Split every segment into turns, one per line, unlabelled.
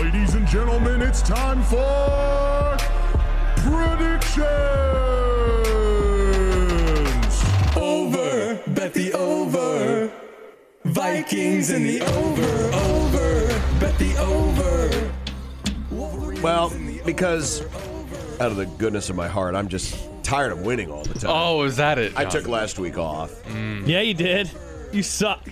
Ladies and gentlemen, it's time for predictions.
Over, bet the over. Vikings in the over, over, bet the over.
Well, because out of the goodness of my heart, I'm just tired of winning all the time.
Oh, is that it?
I
John?
took last week off.
Yeah, you did. You suck.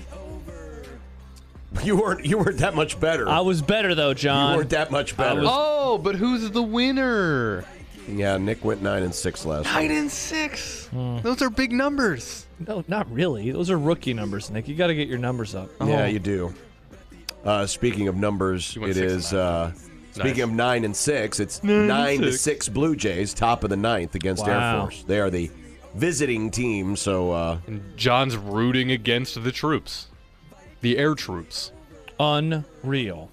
You weren't you weren't that much better.
I was better though,
you
John.
weren't that much better.
was-
Oh, but who's the winner?
yeah, Nick went nine and six last week.
Nine and six. Those are big numbers.
no, not really. Those are rookie numbers, Nick. You got to get your numbers up.
Yeah, you do. Uh, speaking of numbers,
went
it
six and
is. Uh, Speaking of nine and six, it's nine, to six Blue Jays, top of the ninth against Air
Wow.
Force. They are the visiting team, so uh,
And John's rooting against the troops, the air troops.
Unreal.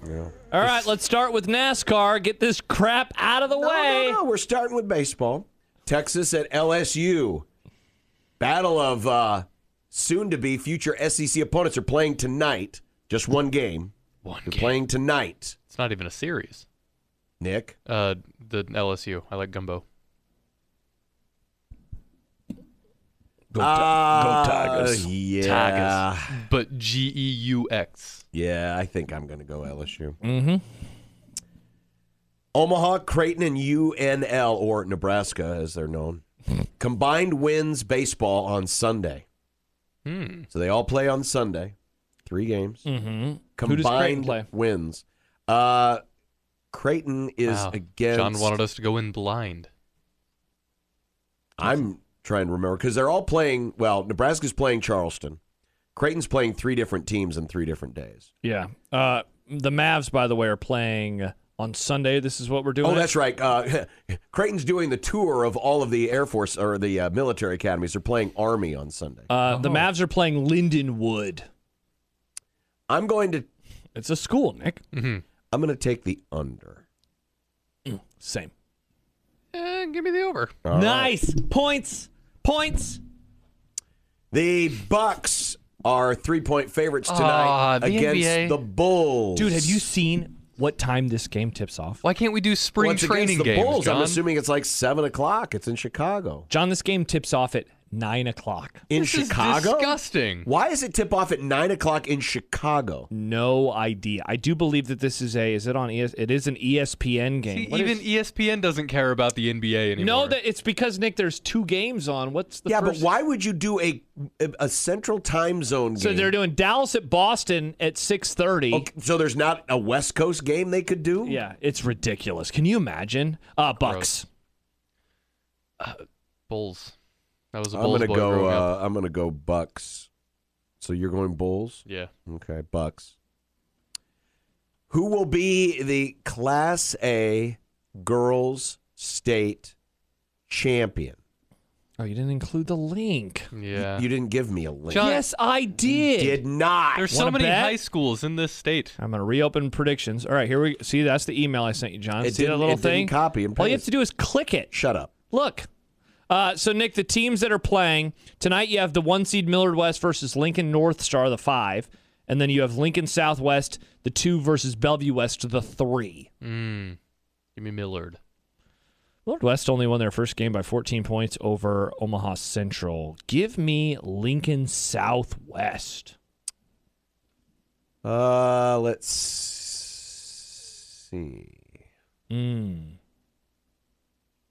All right, let's start with NASCAR. Get this crap out of the way.
No, no, no. We're starting with baseball. Texas at LSU. Battle of uh, soon to be future SEC opponents are playing tonight. Just one game.
One
They're
game.
playing tonight,
It's not even a series.
Nick.
Uh, the LSU. I like gumbo.
Go,
Uh, Yeah.
Tigers. But G E U X.
Yeah, I think I'm going to go LSU.
Mm-hmm.
Omaha, Creighton, and UNL, or Nebraska as they're known, combined wins baseball on Sunday.
Hmm.
So they all play on Sunday. Three games.
Mm-hmm. Who does Creighton
combined
play?
wins. Uh, Creighton is
Wow.
against.
John wanted us to go in blind.
I'm trying to remember because they're all playing. Well, Nebraska's playing Charleston. Creighton's playing three different teams in three different days.
Yeah. Uh, the Mavs, by the way, are playing on Sunday. This is what we're doing.
Oh, that's right. Uh, Creighton's doing the tour of all of the Air Force or the uh, military academies. They're playing Army on Sunday.
Uh, The Mavs are playing Lindenwood.
I'm going to.
It's a school, Nick.
Mm-hmm.
I'm going to take the under.
Same.
Eh, give me the over.
All right.
nice points. Points.
The Bucks are three-point favorites tonight
Aw, the
against
NBA.
the Bulls.
Dude, have you seen what time this game tips off?
Why can't we do spring
Well, it's against
training
the
games,
Bulls.
John?
I'm assuming it's like seven o'clock. It's in Chicago.
John, this game tips off at nine o'clock.
In
This is
Chicago.
disgusting.
Why is it tip off at nine o'clock in Chicago?
No idea. I do believe that this is a. Is it on? ES, it is an E ESPN game.
See,
What
even E
is-
ESPN doesn't care about the NBA anymore.
no, that it's because Nick. There's two games on. What's the
yeah,
first?
but why would you do a a, a central time zone?
So
game?
they're doing Dallas at Boston at six thirty.
Okay, so there's not a West Coast game they could do.
Yeah, it's ridiculous. Can you imagine? Uh, Bucks.
Bulls. That was a
I'm
Bulls
gonna
boy
go.
growing
Uh,
up.
I'm gonna go Bucks. So you're going Bulls?
Yeah.
Okay, Bucks. Who will be the Class A girls state champion?
Oh, you didn't include the link.
Yeah.
You didn't give me a link.
John- Uh,
yes, I did.
did not.
There's so
Wanna
many
bet?
high schools in this state.
I'm gonna reopen predictions. All right, here we see. That's the email I sent you, John.
It
see that
didn't-
little
it didn't
thing?
copy and
All you have
paste.
to do is click it.
Shut up.
Look. Uh, so, Nick, the teams that are playing tonight, you have the one seed Millard West versus Lincoln North Star, the five, and then you have Lincoln Southwest, the two versus Bellevue West, the three.
Mm. Give me Millard.
Millard West only won their first game by 14 points over Omaha Central. Give me Lincoln Southwest.
Uh, let's see.
Hmm.
Mm.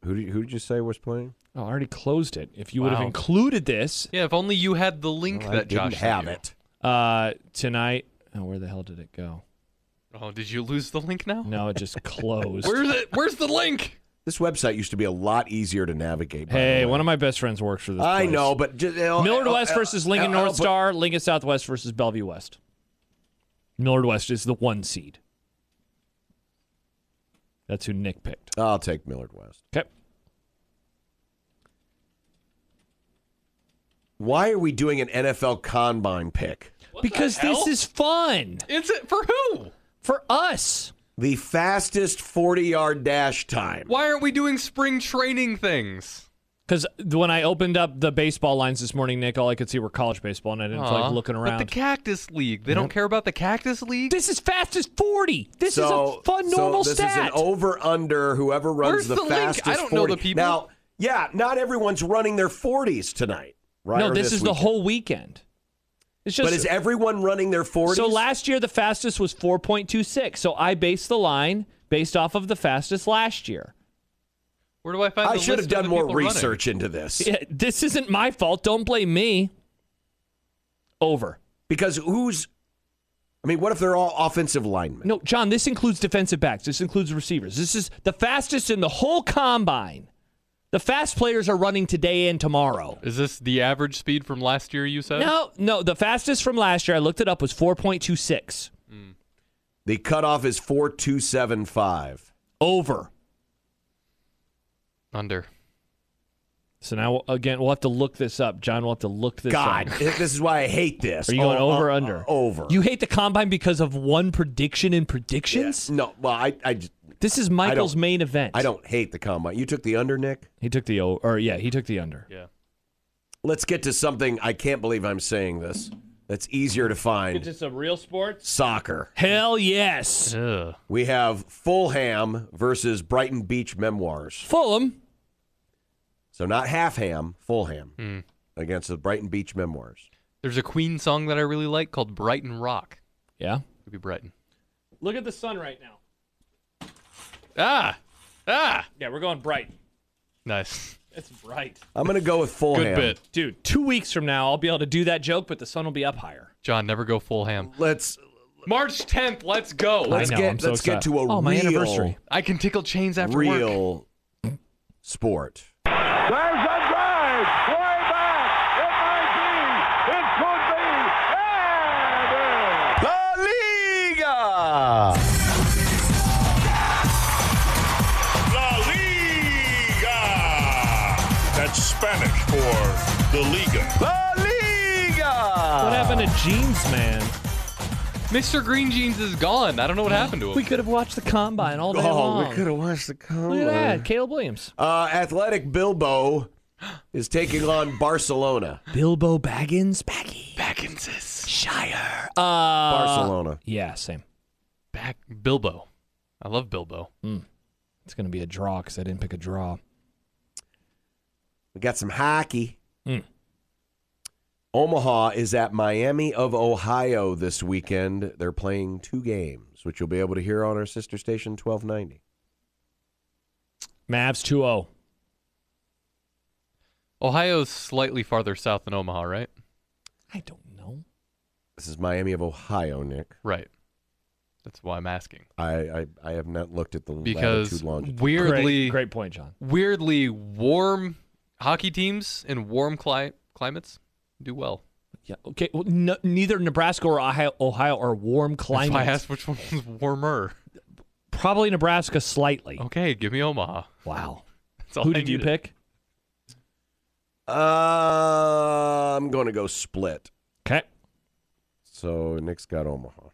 Who did, who did you say was playing?
Oh, I already closed it. If you would have
Wow.
included this
Yeah, if only you had the link
Well, I
that Josh
didn't
sent
have
you.
it.
uh, tonight, oh, where the hell did it go?
Oh, did you lose the link now?
No, it just closed.
Where's it? Where's the link?
This website used to be a lot easier to navigate. by
hey,
the way.
one of my best friends works for this.
I
place.
know, but just,
Millard
oh,
West versus Lincoln North Star, Lincoln Southwest versus Bellevue West. Millard West is the one seed. That's who Nick picked.
I'll take Millard West.
Okay.
Why are we doing an NFL combine pick?
because this
hell?
is fun
Is it for who?
for us.
The fastest 40 yard dash time.
Why aren't we doing spring training things?
Because when I opened up the baseball lines this morning, Nick, all I could see were college baseball, and I didn't feel
Aw,
like looking
But
around.
the Cactus League. They don't care about the Cactus League?
this is fast as 40. This is a fun,
so
normal
this
stat.
is an over under whoever runs
Where's
the,
the link? I
fastest.
don't know
40.
the people.
Now, yeah, not everyone's running their 40s tonight, right?
no,
Or
this, is the
weekend.
whole weekend. It's just
But is everyone running their 40s?
So last year the fastest was 4.26. So I based the line based off of the fastest last year.
Where do I find
I
the
should
list
have done
of the
more
people running?
research into this
Yeah, this isn't my fault. Don't blame me. Over.
because who's? I mean, what if they're all offensive linemen?
No, John, this includes defensive backs. This includes receivers. This is the fastest in the whole combine. The fast players are running today and tomorrow.
Is this the average speed from last year you said?
No, no, the fastest from last year, I looked it up, was 4.26.
The cutoff is four two seven five.
Over.
Under.
So now, again, we'll have to look this up. John, we'll have to look this
God,
up.
this is why I hate this.
Are you going
Oh,
over or
uh,
under?
over.
You hate the combine because of one prediction in predictions?
no? Well, I, I, just-
This is Michael's
don't-
main event.
I don't hate the combine. You took the under, Nick.
He took the o- or yeah, he took the under.
Yeah.
Let's get to something. I can't believe I'm saying this. That's easier to find.
some real sports.
Soccer.
Hell yes.
Ugh.
We have Fulham versus Brighton Beach Memoirs.
Fulham.
So not half ham, Fulham
Hmm.
against the Brighton Beach Memoirs.
There's a Queen song that I really like called Brighton Rock.
Yeah.
Could be Brighton.
Look at the sun right now.
Ah! Ah!
Yeah, we're going bright.
Nice.
It's bright.
I'm going to go with Fulham.
Good bit.
Dude, two weeks from now I'll be able to do that joke, but the sun will be up higher.
John, never go full ham.
Let's
March 10th, let's go.
I
let's
know,
get
I'm so
let's get
excited.
to a
Oh, my
real
anniversary.
I can tickle chains after work.
real sport.
There's a drive way back. It might be. It could be. And it is.
La Liga.
La Liga. That's Spanish for the Liga.
La Liga.
What happened to jeans, man?
Mr. Green Jeans is gone. I don't know what happened to him.
We could have watched the combine all day
Oh,
long.
we could have watched the
Look
combine.
at that, Caleb Williams,
Uh, Athletic Bilbo is taking on Barcelona.
Bilbo Baggins, Baggy
Bagginses.
Shire. Uh,
Barcelona.
yeah, same.
Back Bilbo. I love Bilbo.
It's gonna be a draw because I didn't pick a draw.
We got some hockey.
Mm.
Omaha is at Miami of Ohio this weekend. They're playing two games, which you'll be able to hear on our sister station 1290.
Mavs 2-0.
Ohio's slightly farther south than Omaha, right?
I don't know.
This is Miami of Ohio, Nick.
Right. That's why I'm asking.
I I, I have not looked at the
Because
latitude longitude.
weirdly,
great, great point, John.
weirdly warm hockey teams in warm cli- climates do well.
Yeah. Okay. Well, no, neither Nebraska or Ohio, Ohio are warm
That's why I
climates.
asked which one was warmer.
Probably Nebraska slightly.
Okay, give me Omaha.
Oh, Wow.
That's all
Who
I
did you
needed.
pick?
Uh, I'm going to go split.
Okay.
So Nick's got Omaha.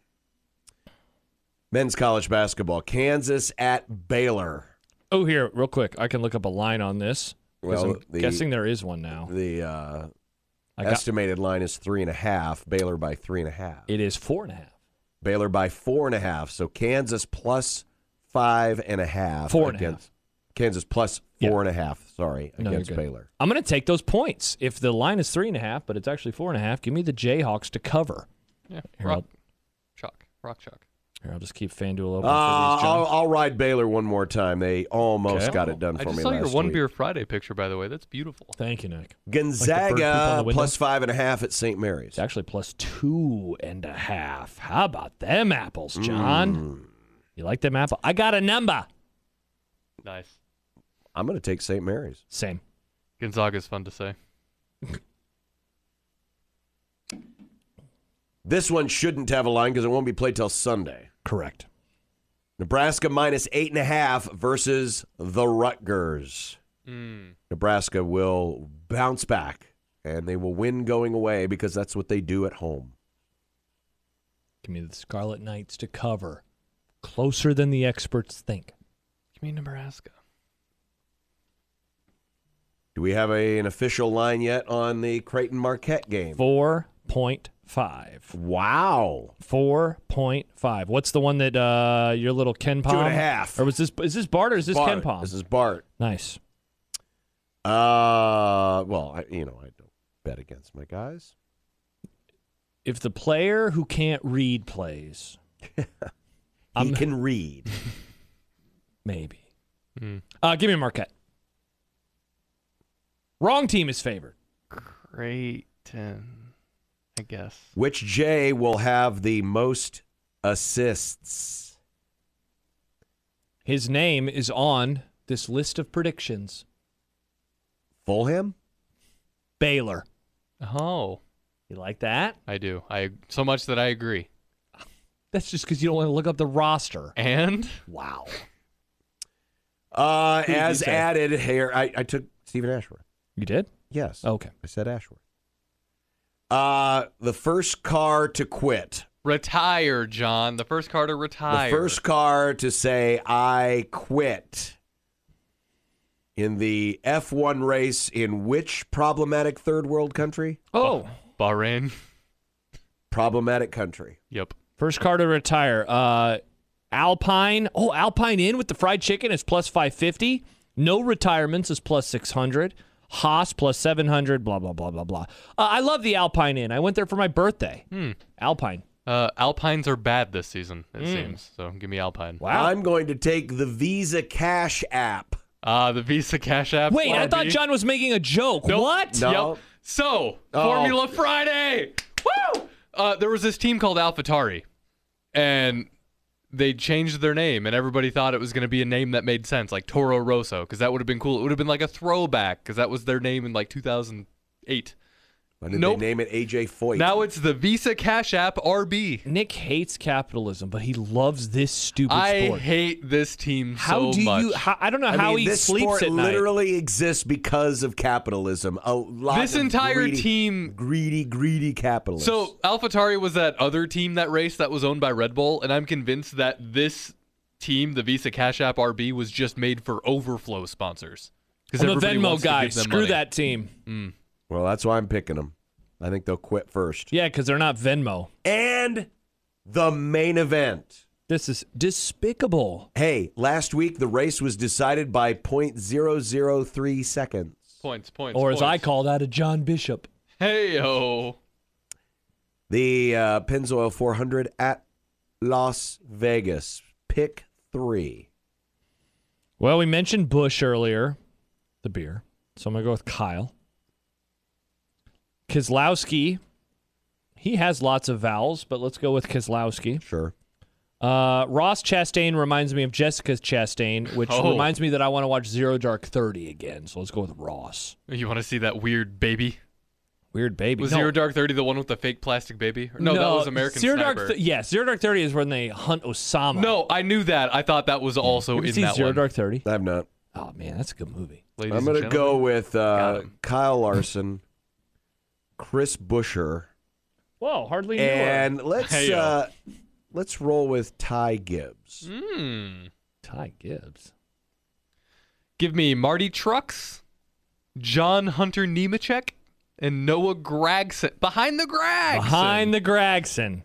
Men's college basketball, Kansas at Baylor.
Oh, here, real quick. I can look up a line on this. 'cause
Well,
I'm
the-
guessing there is one now.
The uh,
I got,
estimated line is three and a half. Baylor by three and a half.
it is four and a half.
Baylor by four and a half. So Kansas plus five and a half.
Four and a
against, Kansas plus
Yeah.
four and a half. Sorry,
No, you're
against
good.
Baylor.
I'm going to take those points. If the line is three and a half, but it's actually four and a half, give me the Jayhawks to cover.
Yeah,
Here,
rock,
I'll,
chalk, rock, chalk.
here, I'll just keep
Uh,
FanDuel open for these, John.
I'll, I'll ride Baylor one more time. They almost
Okay.
got it done
I
for
just
me
saw
last
your one
week.
beer Friday picture, by the way. That's beautiful.
Thank you, Nick. Like the bird poop on
Gonzaga
the window?
plus five and a half at St. Mary's.
It's actually plus two and a half. How about them apples, John?
Mm.
You like them apple? I got a number.
Nice.
I'm going to take St. Mary's.
Same.
Gonzaga's fun to say.
This one shouldn't have a line because it won't be played till Sunday.
Correct.
Nebraska minus eight and a half versus the Rutgers.
Mm.
Nebraska will bounce back and they will win going away because that's what they do at home.
Give me the Scarlet Knights to cover. Closer than the experts think.
Give me Nebraska.
Do we have a, an official line yet on the Creighton Marquette game?
4.5.
Wow.
Four point five. What's the one that uh, your little Ken Palm?
and a half.
Or was this is this Bart or is this
Bart.
Ken Palm?
This is Bart.
nice.
Uh, well, I, you know, I don't bet against my guys.
If the player who can't read plays,
He can read.
maybe. Uh, give me Marquette. Wrong team is favored.
Creighton, I guess.
Which J will have the most assists?
His name is on this list of predictions.
Fulham?
Baylor.
Oh,
You like that?
I do. I so much that I agree.
That's just because you don't want to look up the roster.
And
Wow. Uh,
did you
as
say?
added here, I, I took Stephen Ashworth.
You did?
Yes.
Okay.
I said Ashworth. Uh, the first car to quit.
retire, John. The first car to retire.
The first car to say, I quit in the F1 race in which problematic third world country?
Oh.
Bahrain.
Problematic country.
Yep.
First car to retire. Uh, Alpine. Oh, Alpine in with the fried chicken is plus 550. No retirements is plus 600. Haas plus 700. Blah, blah, blah, blah, blah. Uh, I love the Alpine Inn. I went there for my birthday. Alpine.
Uh, Alpines are bad this season, it
Mm.
seems. So give me Alpine.
I'm going to take the Visa Cash app.
Uh, the Visa Cash App.
Wait, I
RB.
thought John was making a joke. What?
No.
Yep. So,
Oh.
Formula Friday. Woo! Uh, there was this team called AlphaTari, and they changed their name, and everybody thought it was going to be a name that made sense, like Toro Rosso, because that would have been cool. It would have been like a throwback, because that was their name in like 2008.
Why did
Nope.
they name it AJ Foyt?
Now it's the Visa Cash App RB.
Nick hates capitalism, but he loves this stupid
I
sport.
hate this team
how
so
do
much.
you? How, I don't know
I
how
mean,
he
this
sleeps
sport
at night.
literally exists because of capitalism. A lot
This
of
entire
greedy-
team-
greedy, greedy capitalists.
So AlphaTari was that other team that race that was owned by Red Bull, and I'm convinced that this team, the Visa Cash App RB, was just made for overflow sponsors. Because
I'm a Venmo guy. Screw that team.
well, that's why I'm picking them. I think they'll quit first.
Yeah, because they're not Venmo.
And the main event.
This is despicable.
Hey, last week the race was decided by 0.003 seconds.
Points, points,
or as I call that, a John Bishop.
Hey oh,
The uh, Pennzoil 400 at Las Vegas. Pick three.
Well, we mentioned Bush earlier, the beer. So I'm going to go with Kyle. Kozlowski. He has lots of vowels, but let's go with Kozlowski.
Sure.
Uh, Ross Chastain reminds me of Jessica Chastain, which
Oh.
reminds me that I want to watch Zero Dark 30 again. So let's go with Ross.
you want to see that weird baby?
Weird baby.
Was
No.
Zero Dark Thirty the one with the fake plastic baby? Or- No, that was American
Zero
Sniper.
Dark. Th- yeah, Zero Dark 30 is when they hunt Osama.
no, I knew that. I thought that was also
You ever
in
see
that
Zero
one.
Dark 30?
I've not.
Oh, man, that's a good movie.
Ladies
I'm
and
going to
gentlemen.
go with uh,
Got 'em.
Kyle Larson, Chris Busher,
Whoa, hardly
and let's
Hey, yo.
uh, let's roll with Ty Gibbs.
Hmm.
Ty Gibbs.
Give me Marty Trucks, John Hunter Nemechek, and Noah Gragson. Behind the Gragson.
Behind the Gregson.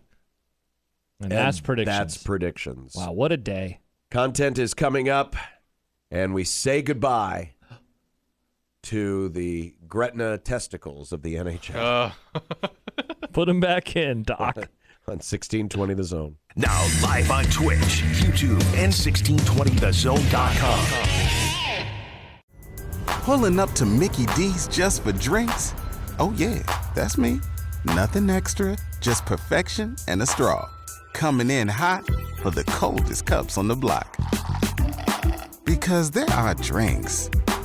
And, that's
And
predictions.
That's predictions.
wow, what a day.
Content is coming up, and we say goodbye to the Gretna testicles of the NHL
Uh,
Put him back in, Doc.
on 1620 The Zone.
Now live on Twitch, YouTube, and 1620thezone.com.
Pulling up to Mickey D's just for drinks? Oh, yeah, that's me. Nothing extra, just perfection and a straw. Coming in hot for the coldest cups on the block. Because there are drinks,